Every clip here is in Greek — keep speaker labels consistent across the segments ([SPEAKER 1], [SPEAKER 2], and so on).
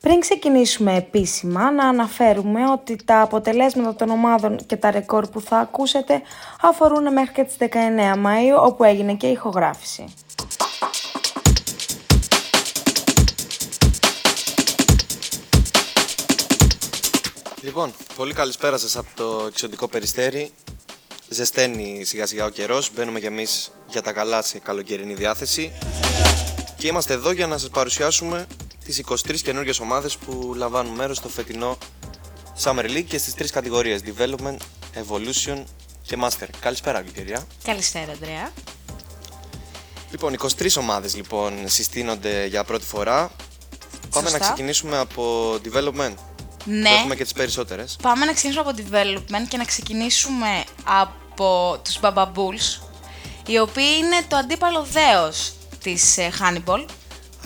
[SPEAKER 1] Πριν ξεκινήσουμε επίσημα, να αναφέρουμε ότι τα αποτελέσματα των ομάδων και τα ρεκόρ που θα ακούσετε αφορούν μέχρι και τις 19 Μαΐου, όπου έγινε και η ηχογράφηση.
[SPEAKER 2] Λοιπόν, πολύ καλησπέρα σας από το εξωτικό περιστέρι. Ζεσταίνει σιγά σιγά ο καιρός, μπαίνουμε κι εμείς για τα καλά σε καλοκαιρινή διάθεση. Και είμαστε εδώ για να σας παρουσιάσουμε τις 23 καινούργιες ομάδες που λαμβάνουν μέρος στο φετινό Summer League και στις τρεις κατηγορίες Development, Evolution και Master. Καλησπέρα Αγγελία.
[SPEAKER 3] Καλησπέρα, Αντρέα.
[SPEAKER 2] Λοιπόν, 23 ομάδες λοιπόν συστήνονται για πρώτη φορά. Πάμε να
[SPEAKER 3] Σωστά.
[SPEAKER 2] ξεκινήσουμε από Development.
[SPEAKER 3] Ναι,
[SPEAKER 2] Έχουμε και τις περισσότερες.
[SPEAKER 3] πάμε να ξεκινήσουμε από development και να ξεκινήσουμε από τους Baba Bulls, οι οποίοι είναι το αντίπαλο δέος της ε, Hannibal.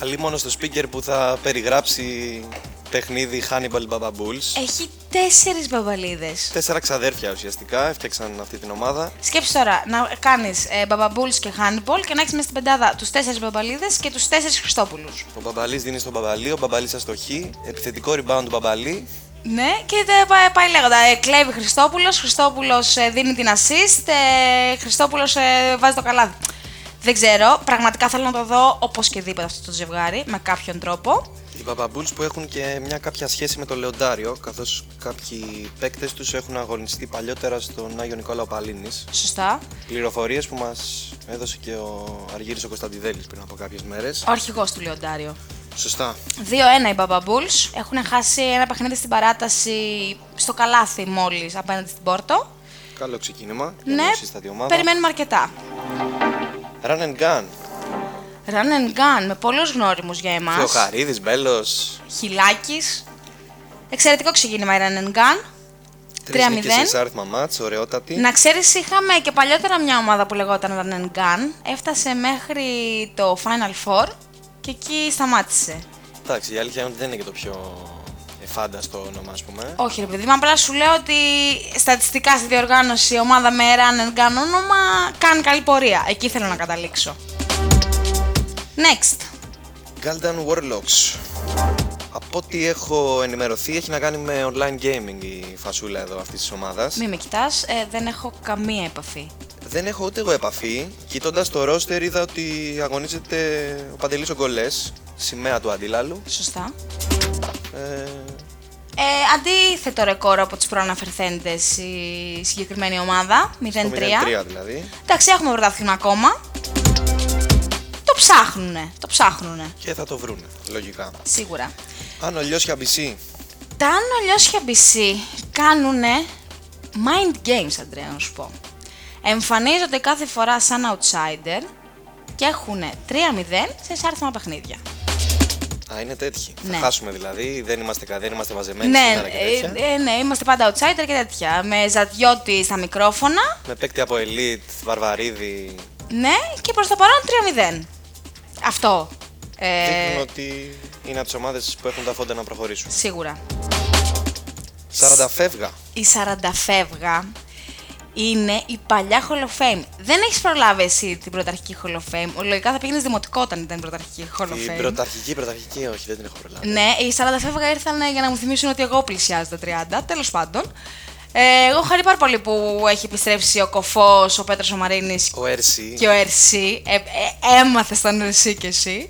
[SPEAKER 2] Αλίμονο στο speaker που θα περιγράψει παιχνίδι Hannibal Baba Bulls.
[SPEAKER 3] Έχει τέσσερις μπαμπαλίδες.
[SPEAKER 2] Τέσσερα ξαδέρφια ουσιαστικά έφτιαξαν αυτή την ομάδα.
[SPEAKER 3] Σκέψου τώρα να κάνεις ε, Baba Bulls και Hannibal και να έχεις μέσα στην πεντάδα τους τέσσερις μπαμπαλίδες και τους τέσσερις Χριστόπουλους.
[SPEAKER 2] Ο Μπαμπαλής δίνει στον Μπαμπαλή, ο Μπαμπαλής αστοχεί. Επιθετικό rebound του Μπαμπαλή.
[SPEAKER 3] Ναι, και τα πάει, πάει λέγοντα. Ε, κλέβει Χριστόπουλος, Χριστόπουλος ε, δίνει την assist, ε, Χριστόπουλος ε, βάζει το καλάδι. Δεν ξέρω, πραγματικά θέλω να το δω οπωσδήποτε αυτό το ζευγάρι, με κάποιον τρόπο.
[SPEAKER 2] Οι Baba Bulls που έχουν και μια κάποια σχέση με το Λεοντάριο, καθώς κάποιοι παίκτες τους έχουν αγωνιστεί παλιότερα στον Άγιο Νικόλαο Παλίνης.
[SPEAKER 3] Σωστά.
[SPEAKER 2] Πληροφορίες που μας έδωσε και ο Αργύρης ο Κωνσταντιδέλης πριν από κάποιες μέρες.
[SPEAKER 3] Ο αρχηγός του Λεοντάριο.
[SPEAKER 2] Σωστά.
[SPEAKER 3] 2-1 οι Baba Bulls. Έχουν χάσει ένα παιχνίδι στην παράταση στο καλάθι μόλις απέναντι στην Πόρτο.
[SPEAKER 2] Καλό ξεκίνημα.
[SPEAKER 3] Ναι,
[SPEAKER 2] Στα δύο ομάδα.
[SPEAKER 3] περιμένουμε αρκετά.
[SPEAKER 2] Run and gun.
[SPEAKER 3] Run and gun με πολλούς γνώριμους για εμάς.
[SPEAKER 2] Θεοχαρίδης, Μπέλος.
[SPEAKER 3] Χιλάκης. Εξαιρετικό ξεκίνημα η Run and gun.
[SPEAKER 2] Τρεις
[SPEAKER 3] 3-0.
[SPEAKER 2] νίκες σε αριθμα μάτς, ωραιότατη.
[SPEAKER 3] Να ξέρεις, είχαμε και παλιότερα μια ομάδα που λεγόταν Run and Gun. Έφτασε μέχρι το Final Four και εκεί σταμάτησε.
[SPEAKER 2] Εντάξει, η αλήθεια είναι ότι δεν είναι και το πιο εφάνταστο όνομα, ας πούμε.
[SPEAKER 3] Όχι, ρε παιδί μου, απλά σου λέω ότι στατιστικά στη διοργάνωση ομάδα με Run and Gun όνομα κάνει καλή πορεία. Εκεί θέλω να καταλήξω. Next.
[SPEAKER 2] Galdan Warlocks. Από ό,τι έχω ενημερωθεί, έχει να κάνει με online gaming η φασούλα εδώ αυτής της ομάδας.
[SPEAKER 3] Μη με κοιτάς, ε, δεν έχω καμία επαφή.
[SPEAKER 2] Δεν έχω ούτε εγώ επαφή. Κοιτώντας το roster, είδα ότι αγωνίζεται ο Παντελής Ογκολέ, σημαία του αντίλαλου.
[SPEAKER 3] Σωστά.
[SPEAKER 2] Ε,
[SPEAKER 3] Ε, αντίθετο ρεκόρ από τις προαναφερθέντες η συγκεκριμένη ομάδα, 0-3.
[SPEAKER 2] το 0-3 δηλαδή.
[SPEAKER 3] Εντάξει, έχουμε πρωτάθλημα ακόμα. Το ψάχνουνε, το ψάχνουνε,
[SPEAKER 2] Και θα το βρούνε, λογικά.
[SPEAKER 3] σίγουρα.
[SPEAKER 2] Αν ο Λιώσια BC
[SPEAKER 3] Τα ανολιώσια BC κάνουνε mind games, Αντρέα, να σου πω. Εμφανίζονται κάθε φορά σαν outsider και έχουν 3-0 σε εισάρθμα παιχνίδια.
[SPEAKER 2] Α, είναι τέτοιοι.
[SPEAKER 3] Ναι.
[SPEAKER 2] Θα χάσουμε δηλαδή. Δεν είμαστε, κα- δεν είμαστε μαζεμένοι στην
[SPEAKER 3] Ναι,
[SPEAKER 2] άρα και
[SPEAKER 3] ε,
[SPEAKER 2] τέτοια.
[SPEAKER 3] ε, ναι, είμαστε πάντα outsider και τέτοια. Με ζατιώτη στα μικρόφωνα,
[SPEAKER 2] Με παίκτη από Elite, Βαρβαρίδη.
[SPEAKER 3] ναι, και προς το παρόν 3-0. Αυτό. Ε,
[SPEAKER 2] Δείχνουν ότι είναι από τις ομάδες που έχουν τα φόντα να προχωρήσουν.
[SPEAKER 3] σίγουρα.
[SPEAKER 2] 40 φεύγα.
[SPEAKER 3] η 40 φεύγα είναι η παλιά Hall of Fame. Δεν έχεις προλάβει εσύ την πρωταρχική Hall of Fame. Ο, Λογικά θα πήγαινες δημοτικό όταν ήταν η πρωταρχική Hall of
[SPEAKER 2] Η
[SPEAKER 3] Fame.
[SPEAKER 2] πρωταρχική, πρωταρχική, όχι, δεν την έχω προλάβει.
[SPEAKER 3] Ναι, οι 40 φεύγα ήρθαν για να μου θυμίσουν ότι εγώ πλησιάζω τα 30. Τέλος πάντων. Ε, εγώ χαρή πάρα πολύ που έχει επιστρέψει ο Κοφός, ο Πέτρος ο Μαρίνης
[SPEAKER 2] Ο Ερσι,
[SPEAKER 3] και ο Ερσί. Ε, ε, έμαθες τον Ερσί κι εσύ.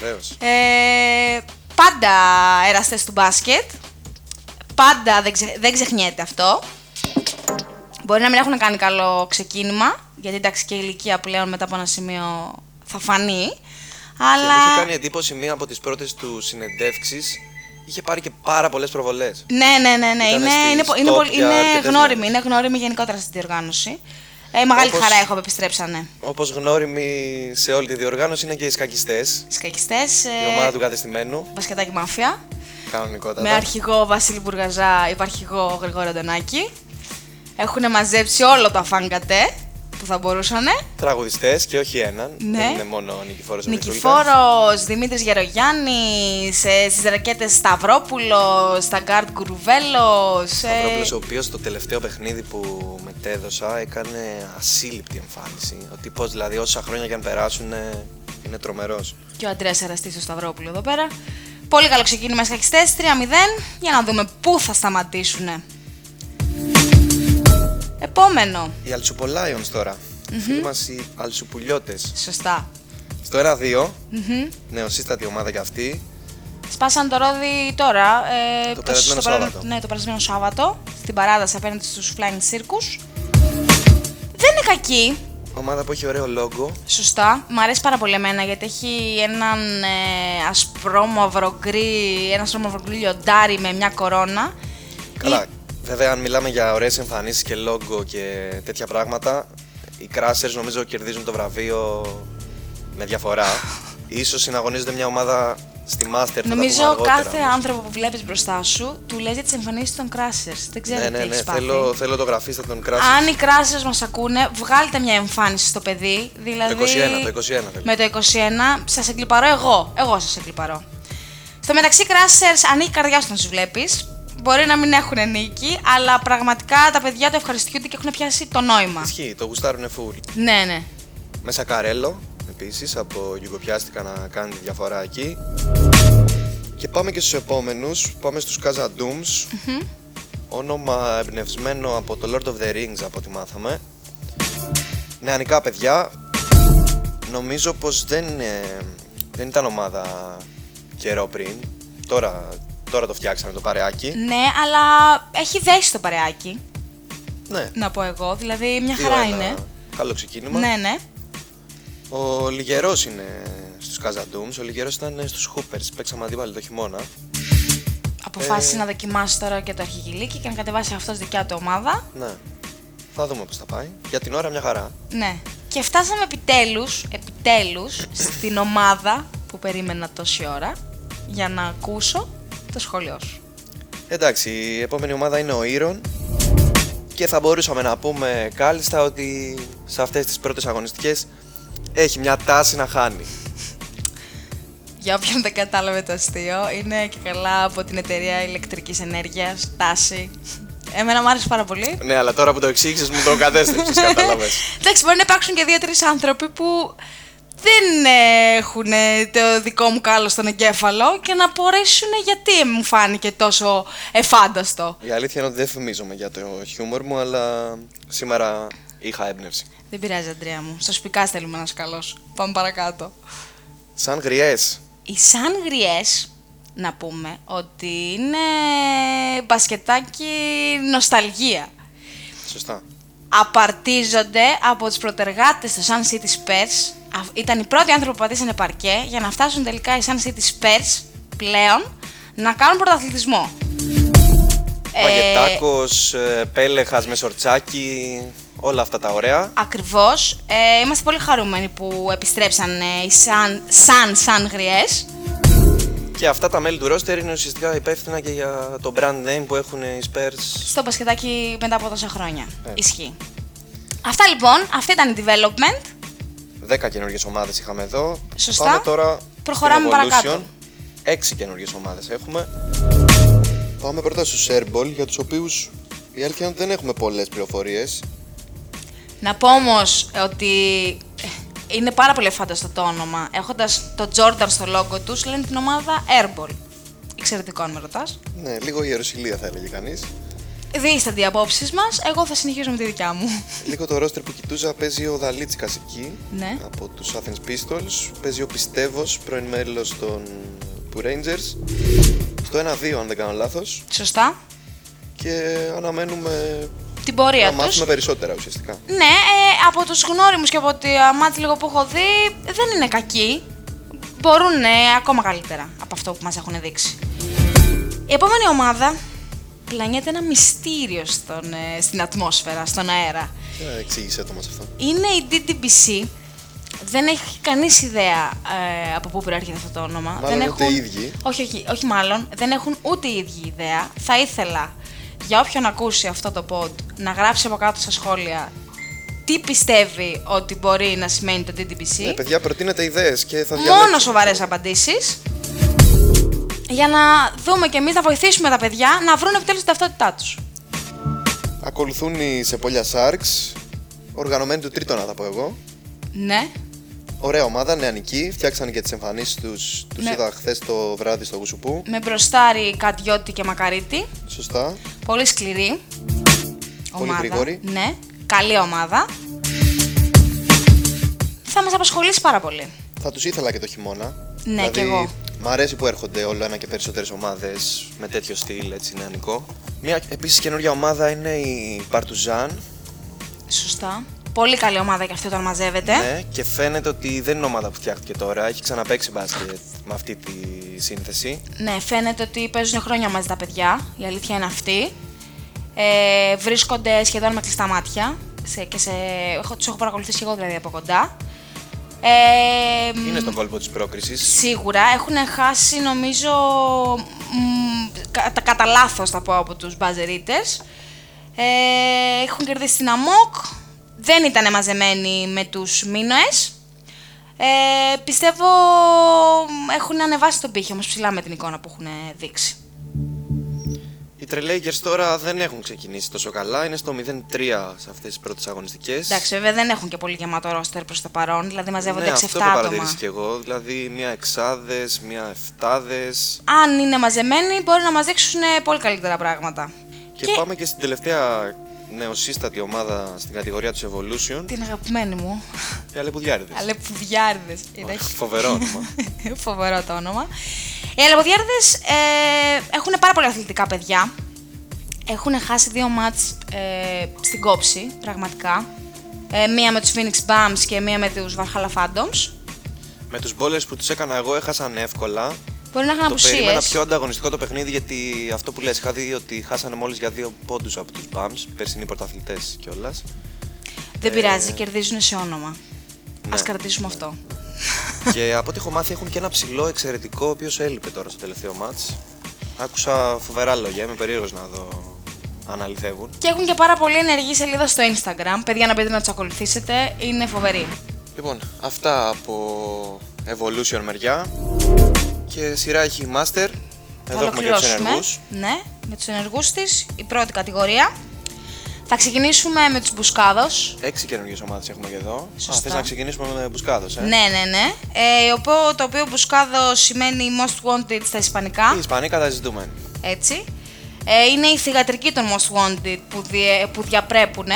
[SPEAKER 2] βεβαίως.
[SPEAKER 3] Ε, πάντα εραστές του μπάσκετ. Πάντα δεν, ξε, δεν ξεχνιέται αυτό. Μπορεί να μην έχουν κάνει καλό ξεκίνημα, γιατί εντάξει και η ηλικία πλέον μετά από ένα σημείο θα
[SPEAKER 2] Αλλά...
[SPEAKER 3] φανεί.
[SPEAKER 2] Μου είχε
[SPEAKER 3] Αλλά.
[SPEAKER 2] κάνει εντύπωση μία από τις πρώτες του συνεντεύξεις. Είχε πάρει και πάρα πολλές προβολές.
[SPEAKER 3] Ναι, ναι, ναι, ναι.
[SPEAKER 2] Ήταν
[SPEAKER 3] Είναι,
[SPEAKER 2] στις
[SPEAKER 3] είναι, πο- είναι,
[SPEAKER 2] top
[SPEAKER 3] πολύ-
[SPEAKER 2] για
[SPEAKER 3] είναι
[SPEAKER 2] αρκετές
[SPEAKER 3] γνώριμη.
[SPEAKER 2] μέρες.
[SPEAKER 3] Είναι γνώριμη γενικότερα στην διοργάνωση. Ε, μεγάλη
[SPEAKER 2] Όπως-
[SPEAKER 3] χαρά έχω που επιστρέψανε.
[SPEAKER 2] Όπως γνώριμοι σε όλη τη διοργάνωση είναι και οι σκακιστές.
[SPEAKER 3] Σκακιστές.
[SPEAKER 2] Η ομάδα του κατεστημένου.
[SPEAKER 3] ε, Μπασκετάκι μαφία.
[SPEAKER 2] Κανονικότατα.
[SPEAKER 3] Με αρχηγό Βασίλη Μπουργαζά, υπαρχηγό Γρηγόρη Αντωνάκη. Έχουν μαζέψει όλο το αφάνκατε που θα μπορούσανε.
[SPEAKER 2] Τραγουδιστές και όχι έναν.
[SPEAKER 3] Ναι.
[SPEAKER 2] Δεν είναι μόνο ο Νικηφόρο
[SPEAKER 3] Νικηφόρος, Δημήτρης Γερογιάννης, στις ρακέτες Σταυρόπουλος, στα γκάρτ ε, Κουρουβέλο.
[SPEAKER 2] Σταυρόπουλος, ο οποίος το τελευταίο παιχνίδι που μετέδωσα έκανε ασύλληπτη εμφάνιση. Ο τύπος δηλαδή όσα χρόνια και αν περάσουν ε, είναι τρομερός.
[SPEAKER 3] Και ο Αντρέας Αραστής στο Σταυρόπουλος εδώ πέρα. Πολύ καλό ξεκίνημα στις 3 3-0 για να δούμε πού θα σταματήσουν. Επόμενο.
[SPEAKER 2] Οι Αλτσουπολάιονς τώρα. Mm-hmm. Φίλοι μας οι Αλτσουπουλιώτες.
[SPEAKER 3] Σωστά.
[SPEAKER 2] Στο 1-2, νεοσύστατη ομάδα κι αυτή.
[SPEAKER 3] Σπάσαν το ρόδι τώρα. Ε,
[SPEAKER 2] Το περασμένο
[SPEAKER 3] παρα-
[SPEAKER 2] Σάββατο.
[SPEAKER 3] Ναι, το περασμένο Σάββatο. Στην παράδοση απέναντι στους Flying Circus. Δεν είναι κακή.
[SPEAKER 2] Ομάδα που έχει ωραίο λόγο.
[SPEAKER 3] Σωστά. Μ' αρέσει πάρα πολύ εμένα γιατί έχει έναν ε, ασπρόμαυρο γκρι, ένα ασπρόμαυρο γκρι λιοντάρι με μια κορώνα. Ε,
[SPEAKER 2] Καλά, βέβαια αν μιλάμε για ωραίες εμφανίσεις και λόγο και τέτοια πράγματα, οι Crashers νομίζω κερδίζουν το βραβείο με διαφορά. Ίσως συναγωνίζονται μια ομάδα στη Master. θα τα πούμε
[SPEAKER 3] Νομίζω
[SPEAKER 2] αργότερα,
[SPEAKER 3] κάθε
[SPEAKER 2] όμως.
[SPEAKER 3] άνθρωπο που βλέπεις μπροστά σου του λέει για τις εμφανίσεις των Crashers. Δεν ξέρω
[SPEAKER 2] Ναι,
[SPEAKER 3] τι
[SPEAKER 2] ναι, ναι.
[SPEAKER 3] έχει πάθει.
[SPEAKER 2] Θέλω, θέλω το γραφίστα των Crashers.
[SPEAKER 3] Αν οι Crashers μας ακούνε, βγάλτε μια εμφάνιση στο παιδί. Δηλαδή...
[SPEAKER 2] Το 21, το 21 θέλω.
[SPEAKER 3] Με το 21, σας εκλυπαρώ εγώ. Εγώ σας εκλυπαρώ. Στο μεταξύ, Crashers ανοίγει η καρδιά σου να τους βλέπεις. Μπορεί να μην έχουν νίκη, αλλά πραγματικά τα παιδιά το ευχαριστούνται και έχουν πιάσει το νόημα.
[SPEAKER 2] Ισχύει, το γουστάρουνε full.
[SPEAKER 3] Ναι, ναι.
[SPEAKER 2] Μέσα Καρέλο, επίσης, από Γιουγκοπιάστηκα να κάνει τη διαφορά εκεί. Και πάμε και στους επόμενους, πάμε στους Κάζα Ντούμς. Όνομα εμπνευσμένο από το Lord of the Rings, από ό,τι μάθαμε. Νεανικά παιδιά, νομίζω πως δεν, ε, δεν ήταν ομάδα καιρό πριν. Τώρα, τώρα το φτιάξανε το παρεάκι.
[SPEAKER 3] Ναι, αλλά έχει δέσει το παρεάκι,
[SPEAKER 2] Ναι,
[SPEAKER 3] να πω εγώ. Δηλαδή, μια
[SPEAKER 2] δύο,
[SPEAKER 3] χαρά
[SPEAKER 2] ένα
[SPEAKER 3] είναι.
[SPEAKER 2] Καλό ξεκίνημα.
[SPEAKER 3] Ναι, ναι.
[SPEAKER 2] Ο Λιγερός είναι στους Καζαντούμ, ο Λιγερός ήταν στους Χούπερ. Παίξαμε αντίπαλοι το χειμώνα.
[SPEAKER 3] Αποφάσισε
[SPEAKER 2] Ε.
[SPEAKER 3] να δοκιμάσει τώρα και το αρχηγηλίκι και να κατεβάσει αυτό δικιά του ομάδα.
[SPEAKER 2] Ναι. Θα δούμε πώς θα πάει. Για την ώρα μια χαρά.
[SPEAKER 3] Ναι. Και φτάσαμε επιτέλους, επιτέλους, στην ομάδα που περίμενα τόση ώρα για να ακούσω το σχόλιο σου.
[SPEAKER 2] Εντάξει, η επόμενη ομάδα είναι ο Ήρων. Και θα μπορούσαμε να πούμε κάλλιστα ότι σε αυτές τις πρώτες αγωνιστικές έχει μια τάση να χάνει.
[SPEAKER 3] Για όποιον δεν κατάλαβε το αστείο, είναι και καλά από την εταιρεία ηλεκτρικής ενέργειας, τάση. Εμένα μου άρεσε πάρα πολύ.
[SPEAKER 2] ναι, αλλά τώρα που το εξήγησες, μου το κατέστρεψες, κατάλαβες.
[SPEAKER 3] Εντάξει, μπορεί να υπάρξουν και δύο-τρει άνθρωποι που δεν έχουν το δικό μου κάλο στον εγκέφαλο και να μπορέσουν γιατί μου φάνηκε τόσο εφάνταστο.
[SPEAKER 2] Η αλήθεια είναι ότι δεν φημίζομαι για το χιούμορ μου, αλλά σήμερα είχα έμπνευση.
[SPEAKER 3] Δεν πειράζει, Αντρέα μου. Στο σπικά στέλνουμε ένας καλός. Πάμε παρακάτω.
[SPEAKER 2] Σαν γριές.
[SPEAKER 3] Οι σαν γριές, να πούμε, ότι είναι μπασκετάκι νοσταλγία.
[SPEAKER 2] Σωστά.
[SPEAKER 3] Απαρτίζονται από τους προτεργάτες του Sun City Spurs. Α- Ήταν οι πρώτοι άνθρωποι που πατήσανε παρκέ για να φτάσουν τελικά οι Sun City Spurs πλέον να κάνουν πρωταθλητισμό. Ε,
[SPEAKER 2] Παγετάκος, ε, πέλεχας με σορτσάκι, όλα αυτά τα ωραία.
[SPEAKER 3] Ακριβώς. Ε, είμαστε πολύ χαρούμενοι που επιστρέψαν ε, οι σαν, σαν, σαν γριές.
[SPEAKER 2] Και αυτά τα μέλη του roster είναι ουσιαστικά υπεύθυνα και για το brand name που έχουν οι Spurs.
[SPEAKER 3] στο μπασκετάκι μετά από τόσα χρόνια.
[SPEAKER 2] Ε.
[SPEAKER 3] Ισχύει. Αυτά λοιπόν, αυτή ήταν η development.
[SPEAKER 2] 10 καινούργιες ομάδες είχαμε εδώ.
[SPEAKER 3] Σωστά.
[SPEAKER 2] Πάμε τώρα
[SPEAKER 3] Προχωράμε
[SPEAKER 2] στην Evolution.
[SPEAKER 3] παρακάτω.
[SPEAKER 2] Έξι καινούργιες ομάδες έχουμε. Πάμε πρώτα στους Airball, για τους οποίους η αλήθεια είναι ότι δεν έχουμε πολλές πληροφορίες.
[SPEAKER 3] Να πω όμως ότι ε, είναι πάρα πολύ φάνταστο το όνομα. Έχοντας το Jordan στο λόγο τους, λένε την ομάδα Airball. Εξαιρετικό αν με ρωτάς.
[SPEAKER 2] Ναι, λίγο ιεροσιλία θα έλεγε κανείς.
[SPEAKER 3] Δίστανται οι απόψεις μας. Εγώ θα συνεχίσω με τη δικιά μου.
[SPEAKER 2] Λίγο το ρόστερ που κοιτούσα παίζει ο Δαλίτσικας εκεί
[SPEAKER 3] Ναι.
[SPEAKER 2] από τους Athens Pistols. Παίζει ο Πιστεύος, πρώην μέλος των του Rangers. Στο 1-2 αν δεν κάνω λάθος.
[SPEAKER 3] Σωστά.
[SPEAKER 2] Και αναμένουμε
[SPEAKER 3] Την πορεία
[SPEAKER 2] να
[SPEAKER 3] του.
[SPEAKER 2] μάθουμε περισσότερα ουσιαστικά.
[SPEAKER 3] Ναι, ε, από τους γνώριμους και από τη μάτια λίγο που έχω δει, δεν είναι κακοί. Μπορούν ε, ακόμα καλύτερα από αυτό που μας έχουν δείξει. Η επόμενη ομάδα πλανιέται ένα μυστήριο στον, ε, στην ατμόσφαιρα, στον αέρα.
[SPEAKER 2] Ε, εξήγησέ το μας αυτό.
[SPEAKER 3] Είναι η DTBC. Δεν έχει κανείς ιδέα ε, από πού προέρχεται αυτό το όνομα.
[SPEAKER 2] Μάλλον
[SPEAKER 3] δεν
[SPEAKER 2] ούτε
[SPEAKER 3] έχουν...
[SPEAKER 2] οι ίδιοι.
[SPEAKER 3] Όχι, όχι, όχι, μάλλον. Δεν έχουν ούτε οι ίδιοι ιδέα. Θα ήθελα για όποιον ακούσει αυτό το pod να γράψει από κάτω στα σχόλια τι πιστεύει ότι μπορεί να σημαίνει το DTBC.
[SPEAKER 2] Ναι, παιδιά, προτείνετε ιδέες και θα διαλέξουμε.
[SPEAKER 3] Μόνο σοβαρές απαντήσεις. Για να δούμε και εμείς να βοηθήσουμε τα παιδιά να βρουν επιτέλους την ταυτότητά τους.
[SPEAKER 2] Ακολουθούν οι Σεπόλια Sharks, οργανωμένοι του τρίτονα θα πω εγώ.
[SPEAKER 3] Ναι.
[SPEAKER 2] Ωραία ομάδα, νεανική. Φτιάξανε και τις εμφανίσεις τους. Τους
[SPEAKER 3] Ναι.
[SPEAKER 2] είδα χθες το βράδυ στο Γουσουπού.
[SPEAKER 3] Με μπροστάρι Κατιώτη και Μακαρίτη.
[SPEAKER 2] Σωστά.
[SPEAKER 3] Πολύ σκληρή.
[SPEAKER 2] Πολύ γρήγορη.
[SPEAKER 3] Ναι. Καλή ομάδα. Θα μας απασχολήσει πάρα πολύ.
[SPEAKER 2] Θα τους ήθελα και το χειμώνα. Δηλαδή,
[SPEAKER 3] Ναι, κι εγώ.
[SPEAKER 2] Μ' αρέσει που έρχονται όλο ένα και περισσότερες ομάδες με τέτοιο στυλ έτσι νεανικό. Μια επίσης καινούργια ομάδα είναι η Παρτουζάν.
[SPEAKER 3] Σωστά. Πολύ καλή ομάδα και αυτή όταν μαζεύεται.
[SPEAKER 2] Ναι, και φαίνεται ότι δεν είναι ομάδα που φτιάχτηκε τώρα. Έχει ξαναπέξει μπάσκετ με αυτή τη σύνθεση.
[SPEAKER 3] Ναι, φαίνεται ότι παίζουν χρόνια μαζί τα παιδιά. Η αλήθεια είναι αυτή. Ε, βρίσκονται σχεδόν με κλειστά μάτια. Σε, και σε, έχω, τους έχω παρακολουθήσει και εγώ δηλαδή από κοντά. Ε,
[SPEAKER 2] Είναι στον κόλπο της πρόκρισης.
[SPEAKER 3] Σίγουρα έχουν χάσει νομίζω μ, κατά, κατά λάθος θα πω από τους buzzer eaters. Ε, έχουν κερδίσει την ΑΜΟΚ, δεν ήταν μαζεμένοι με τους Μίνοες. Ε, πιστεύω έχουν ανεβάσει τον πύχη όμως ψηλά με την εικόνα που έχουν δείξει.
[SPEAKER 2] Οι Τρελέγκερς τώρα δεν έχουν ξεκινήσει τόσο καλά. Είναι στο 0-3 σε αυτές τις πρώτες αγωνιστικές.
[SPEAKER 3] Εντάξει, βέβαια δεν έχουν και πολύ γεμάτο ρόστερ προς το παρόν, δηλαδή μαζεύονται
[SPEAKER 2] ναι,
[SPEAKER 3] 6-7
[SPEAKER 2] αυτό το
[SPEAKER 3] άτομα.
[SPEAKER 2] παρατηρήσει και εγώ. Δηλαδή, μία εξάδες, μία εφτάδες.
[SPEAKER 3] Αν είναι μαζεμένοι μπορεί να μας δείξουν πολύ καλύτερα πράγματα.
[SPEAKER 2] Και... πάμε και στην τελευταία νεοσύστατη ομάδα στην κατηγορία του Evolution.
[SPEAKER 3] την αγαπημένη μου,
[SPEAKER 2] Οι Αλεπουδιάριδε.
[SPEAKER 3] Αλεπουδιάρδες.
[SPEAKER 2] Φοβερό όνομα.
[SPEAKER 3] Φοβερό το όνομα. Οι Αλεπουδιάρδες ε, έχουν πάρα πολύ αθλητικά παιδιά. Έχουν χάσει δύο μάτς ε, στην κόψη, πραγματικά. Ε, μία με τους Phoenix Bums και μία με τους Valhalla Phantoms.
[SPEAKER 2] Με τους μπόλες που τους έκανα εγώ έχασαν εύκολα.
[SPEAKER 3] Μπορεί να είχαν
[SPEAKER 2] Το περίμενα
[SPEAKER 3] απουσίες.
[SPEAKER 2] πιο ανταγωνιστικό το παιχνίδι γιατί αυτό που λες είχα δει ότι χάσανε μόλις για δύο πόντους από τους Bams, περσινοί πρωταθλητές κιόλας.
[SPEAKER 3] Δεν πειράζει, κερδίζουν σε όνομα.
[SPEAKER 2] ε, ναι,
[SPEAKER 3] Ας κρατήσουμε αυτό.
[SPEAKER 2] και από ό,τι έχω μάθει έχουν και ένα ψηλό εξαιρετικό ο οποίος έλειπε τώρα στο τελευταίο μάτς. Άκουσα φοβερά λόγια, είμαι περίεργος να δω αν αληθεύουν.
[SPEAKER 3] Και έχουν και πάρα πολύ ενεργή σελίδα στο Instagram. Παιδιά, να μπείτε να τους ακολουθήσετε. Είναι φοβεροί.
[SPEAKER 2] Λοιπόν, αυτά από Evolution μεριά και σειρά έχει η Master.
[SPEAKER 3] Θα
[SPEAKER 2] Εδώ έχουμε και τους
[SPEAKER 3] ολοκληρώσουμε.
[SPEAKER 2] ενεργούς.
[SPEAKER 3] Ναι, με τους ενεργούς της, η πρώτη κατηγορία. Θα ξεκινήσουμε με τους Μπουσκάδος.
[SPEAKER 2] Έξι καινούργιες ομάδες έχουμε και εδώ.
[SPEAKER 3] Σωστά.
[SPEAKER 2] Α, θες να ξεκινήσουμε με μπουσκάδος, ε.
[SPEAKER 3] Ναι, ναι, ναι. Ε, οπό- το οποίο Μπουσκάδο σημαίνει Most Wanted στα
[SPEAKER 2] Οι
[SPEAKER 3] Ισπανικά.
[SPEAKER 2] Ισπανοί καταζητούμενοι.
[SPEAKER 3] Έτσι. Ε, είναι η θηγατρική των Most Wanted που, διε- που διαπρέπουν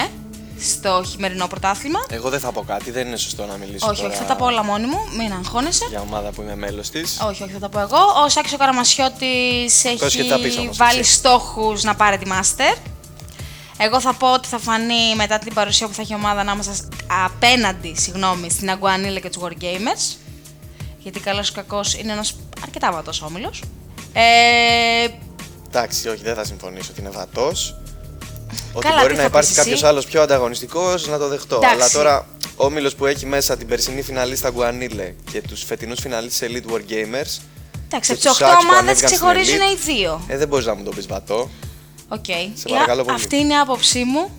[SPEAKER 3] στο χειμερινό πρωτάθλημα.
[SPEAKER 2] Εγώ δεν θα πω κάτι, δεν είναι σωστό να μιλήσω.
[SPEAKER 3] όχι,
[SPEAKER 2] Ε, τώρα
[SPEAKER 3] όχι, θα τα πω όλα μόνη μου. Μην αγχώνεσαι.
[SPEAKER 2] Για ομάδα που είμαι μέλος της.
[SPEAKER 3] Όχι, όχι, θα τα πω εγώ. Ο Σάκης ο Καραμασιώτης
[SPEAKER 2] Πες
[SPEAKER 3] έχει
[SPEAKER 2] και τα πεις όμως,
[SPEAKER 3] βάλει
[SPEAKER 2] έτσι.
[SPEAKER 3] στόχους να πάρει τη Μάστερ. Εγώ θα πω ότι θα φανεί μετά την παρουσία που θα έχει η ομάδα ανάμεσα σ- απέναντι συγγνώμη, στην Αγκουανίλα και τους Wargamers. Γιατί καλός ή κακός είναι ένας αρκετά βατός όμιλος. Ε,
[SPEAKER 2] Εντάξει, όχι, δεν θα συμφωνήσω ότι είναι βατός. Ότι
[SPEAKER 3] Καλά,
[SPEAKER 2] μπορεί
[SPEAKER 3] τι
[SPEAKER 2] να
[SPEAKER 3] θα
[SPEAKER 2] υπάρχει
[SPEAKER 3] πεις εσύ.
[SPEAKER 2] κάποιος άλλος πιο ανταγωνιστικός να το δεχτώ.
[SPEAKER 3] Εντάξει.
[SPEAKER 2] Αλλά τώρα ο όμιλος που έχει μέσα την περσινή φιναλίστα Γκουανίλε και τους φετινούς φιναλίστες Elite War Gamers.
[SPEAKER 3] εντάξει,
[SPEAKER 2] και
[SPEAKER 3] από τις
[SPEAKER 2] Ε, τους
[SPEAKER 3] 8
[SPEAKER 2] Sharks που
[SPEAKER 3] ομάδες
[SPEAKER 2] ανέβηκαν στην
[SPEAKER 3] ξεχωρίζουν
[SPEAKER 2] Elite.
[SPEAKER 3] οι δύο.
[SPEAKER 2] Ε, δεν μπορείς να μου το πεις βατό.
[SPEAKER 3] Οκ.
[SPEAKER 2] Σε παρακαλώ
[SPEAKER 3] Η-
[SPEAKER 2] πολύ.
[SPEAKER 3] Αυτή είναι η άποψή μου,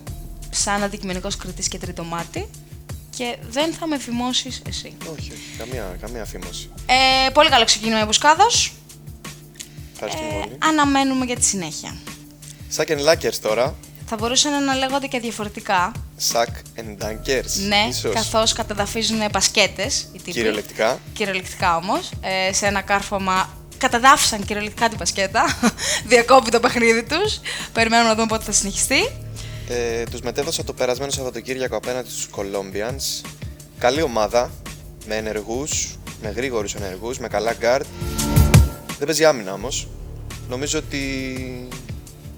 [SPEAKER 3] σαν αντικειμενικός κριτής και τριτομάτι. Και δεν θα με φημώσεις εσύ.
[SPEAKER 2] Όχι, όχι, καμία, καμία αφήμωση.
[SPEAKER 3] Ε, πολύ καλό ξεκίνημα η Μπουσκάδος.
[SPEAKER 2] Ευχαριστούμε
[SPEAKER 3] Ε,
[SPEAKER 2] πολύ.
[SPEAKER 3] αναμένουμε για τη συνέχεια.
[SPEAKER 2] Sack and Lackers τώρα.
[SPEAKER 3] Θα μπορούσαν να λέγονται και διαφορετικά.
[SPEAKER 2] Sack and Dunkers.
[SPEAKER 3] Ναι,
[SPEAKER 2] ίσως.
[SPEAKER 3] καθώς καταδαφίζουν πασκέτες οι τύποι.
[SPEAKER 2] Κυριολεκτικά.
[SPEAKER 3] Κυριολεκτικά όμως, ε, σε ένα κάρφωμα καταδάφησαν κυριολεκτικά την πασκέτα. Διακόπη το παιχνίδι τους. Περιμένουμε να δούμε πότε θα συνεχιστεί.
[SPEAKER 2] Ε, τους μετέδωσα το περασμένο Σαββατοκύριακο απέναντι στους Colombians. Καλή ομάδα, με ενεργούς, με γρήγορους ενεργούς, με καλά guard. Δεν παίζει άμυνα όμως. Νομίζω ότι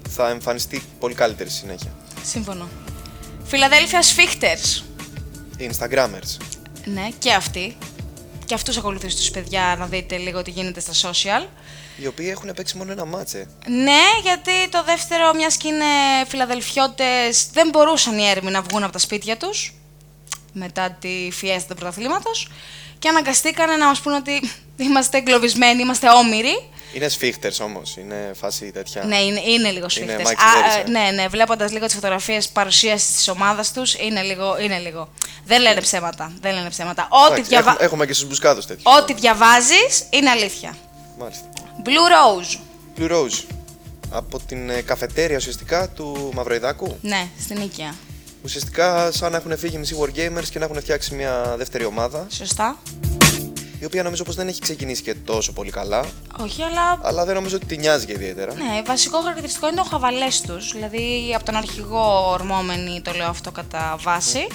[SPEAKER 2] θα εμφανιστεί πολύ καλύτερη στη συνέχεια.
[SPEAKER 3] Σύμφωνο. Φιλαδέλφια Σφίχτερς.
[SPEAKER 2] Οι Instagrammers.
[SPEAKER 3] Ναι, και αυτοί. Και αυτούς ακολουθήστε τους παιδιά να δείτε λίγο τι γίνεται στα social.
[SPEAKER 2] Οι οποίοι έχουν παίξει μόνο ένα ε. μάτσε.
[SPEAKER 3] Ναι, γιατί το δεύτερο, μιας και είναι φιλαδελφιώτες, δεν μπορούσαν οι έρμοι να βγουν από τα σπίτια τους μετά τη φιέστα του πρωταθλήματος και αναγκαστήκανε να μας πούνε ότι είμαστε εγκλωβισμένοι, είμαστε όμοιροι.
[SPEAKER 2] Είναι σφίχτερς όμως, είναι φάση τέτοια.
[SPEAKER 3] Ναι, είναι, είναι λίγο σφίχτε.
[SPEAKER 2] Mike Severis, ε.
[SPEAKER 3] Ναι, ναι, βλέποντας λίγο τις φωτογραφίες παρουσίασης της ομάδας τους, είναι λίγο, είναι λίγο. Δεν λένε ψέματα. Δεν λένε ψέματα. Ό,τι,
[SPEAKER 2] Εντάξει,
[SPEAKER 3] διαβα...
[SPEAKER 2] έχουμε, έχουμε και στους μπουσκάδους τέτοιους.
[SPEAKER 3] ό,τι διαβάζεις είναι αλήθεια.
[SPEAKER 2] Μάλιστα.
[SPEAKER 3] Blue Rose.
[SPEAKER 2] Blue Rose. Από την ε, καφετέρια ουσιαστικά του Μαυροϊδάκου.
[SPEAKER 3] Ναι, στην Οικία.
[SPEAKER 2] Ουσιαστικά, σαν να έχουν φύγει μισοί Wargamers και να έχουν φτιάξει μια δεύτερη ομάδα,
[SPEAKER 3] Σωστά.
[SPEAKER 2] η οποία νομίζω πως δεν έχει ξεκινήσει και τόσο πολύ καλά,
[SPEAKER 3] Όχι, αλλά
[SPEAKER 2] αλλά δεν νομίζω ότι τη νοιάζει και ιδιαίτερα.
[SPEAKER 3] Ναι, βασικό χαρακτηριστικό είναι το χαβαλές τους. Δηλαδή, από τον αρχηγό ορμόμενοι το λέω αυτό κατά βάση.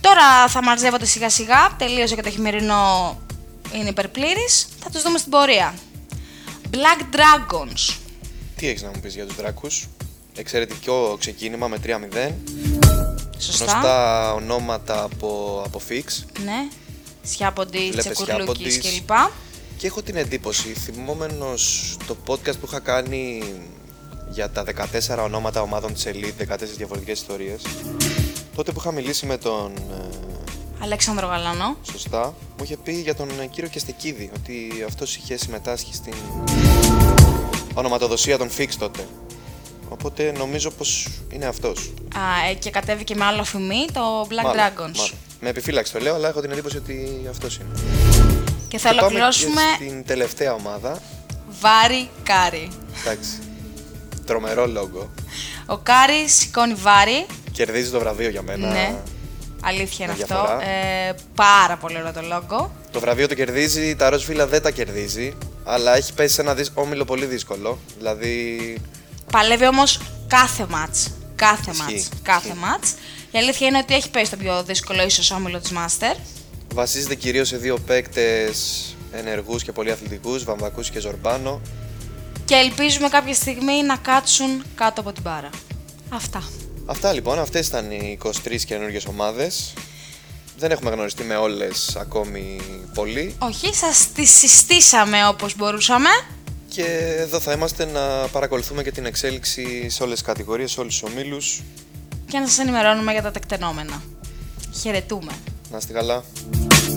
[SPEAKER 3] Τώρα θα μαζεύονται σιγά σιγά. Τελείωσε και το χειμερινό είναι υπερπλήρης. Θα τους δούμε στην πορεία. Black Dragons.
[SPEAKER 2] Τι έχεις να μου πεις για τους Δράκους. Εξαιρετικό ξεκίνημα με 3-0.
[SPEAKER 3] Σωστά.
[SPEAKER 2] Γνωστά ονόματα από, από Fix.
[SPEAKER 3] Ναι. Σιάποντι,
[SPEAKER 2] Βλέπε
[SPEAKER 3] Τσεκουρλούκη
[SPEAKER 2] Σιάποντις.
[SPEAKER 3] κλπ.
[SPEAKER 2] Και έχω την εντύπωση, θυμόμενος το podcast που είχα κάνει για τα 14 ονόματα ομάδων της Elite, 14 διαφορετικές ιστορίες, τότε που είχα μιλήσει με τον... ε,
[SPEAKER 3] Αλέξανδρο Γαλανό.
[SPEAKER 2] Σωστά, μου είχε πει για τον ε, κύριο Κεστεκίδη, ότι αυτός είχε συμμετάσχει στην ονοματοδοσία των Fix τότε. Οπότε νομίζω πως είναι αυτός.
[SPEAKER 3] Α, ε, και κατέβηκε με άλλο φημί το Black
[SPEAKER 2] Μάλλον,
[SPEAKER 3] Dragons.
[SPEAKER 2] μάλλον. Με επιφύλαξη το λέω, αλλά έχω την εντύπωση ότι αυτός είναι. Και
[SPEAKER 3] Και θα
[SPEAKER 2] πάμε και
[SPEAKER 3] ολοκληρώσουμε
[SPEAKER 2] στην τελευταία ομάδα.
[SPEAKER 3] Βάρη Κάρι.
[SPEAKER 2] Εντάξει. Τρομερό λόγο.
[SPEAKER 3] Ο Κάρι σηκώνει βάρη
[SPEAKER 2] Κερδίζει το βραβείο για μένα.
[SPEAKER 3] Ναι. Αλήθεια είναι
[SPEAKER 2] με
[SPEAKER 3] αυτό.
[SPEAKER 2] διαφορά.
[SPEAKER 3] Ε, πάρα πολύ ωραίο το λόγο.
[SPEAKER 2] Το βραβείο το κερδίζει, τα ροζ φύλλα δεν τα κερδίζει. Αλλά έχει πέσει σε ένα δυσ... όμιλο πολύ δύσκολο. Δηλαδή.
[SPEAKER 3] Παλεύει όμως κάθε μάτς. Κάθε
[SPEAKER 2] Ισχύει.
[SPEAKER 3] μάτς. Κάθε
[SPEAKER 2] Ισχύει.
[SPEAKER 3] μάτς. Η αλήθεια είναι ότι έχει πέσει το πιο δύσκολο ίσως όμιλο της Μάστερ.
[SPEAKER 2] Βασίζεται κυρίως σε δύο παίκτες ενεργούς και πολύ αθλητικούς, Βαμβακούς και Ζορμπάνο.
[SPEAKER 3] Και ελπίζουμε κάποια στιγμή να κάτσουν κάτω από την πάρα. Αυτά.
[SPEAKER 2] Αυτά λοιπόν, αυτές ήταν οι 23 καινούργιες ομάδες. Δεν έχουμε γνωριστεί με όλες ακόμη πολύ.
[SPEAKER 3] Όχι, σας τις συστήσαμε όπως μπορούσαμε.
[SPEAKER 2] Και εδώ θα είμαστε να παρακολουθούμε και την εξέλιξη σε όλες τις κατηγορίες, σε όλους τους ομίλους.
[SPEAKER 3] Και να σας ενημερώνουμε για τα τεκτενόμενα. Χαιρετούμε.
[SPEAKER 2] Να είστε καλά.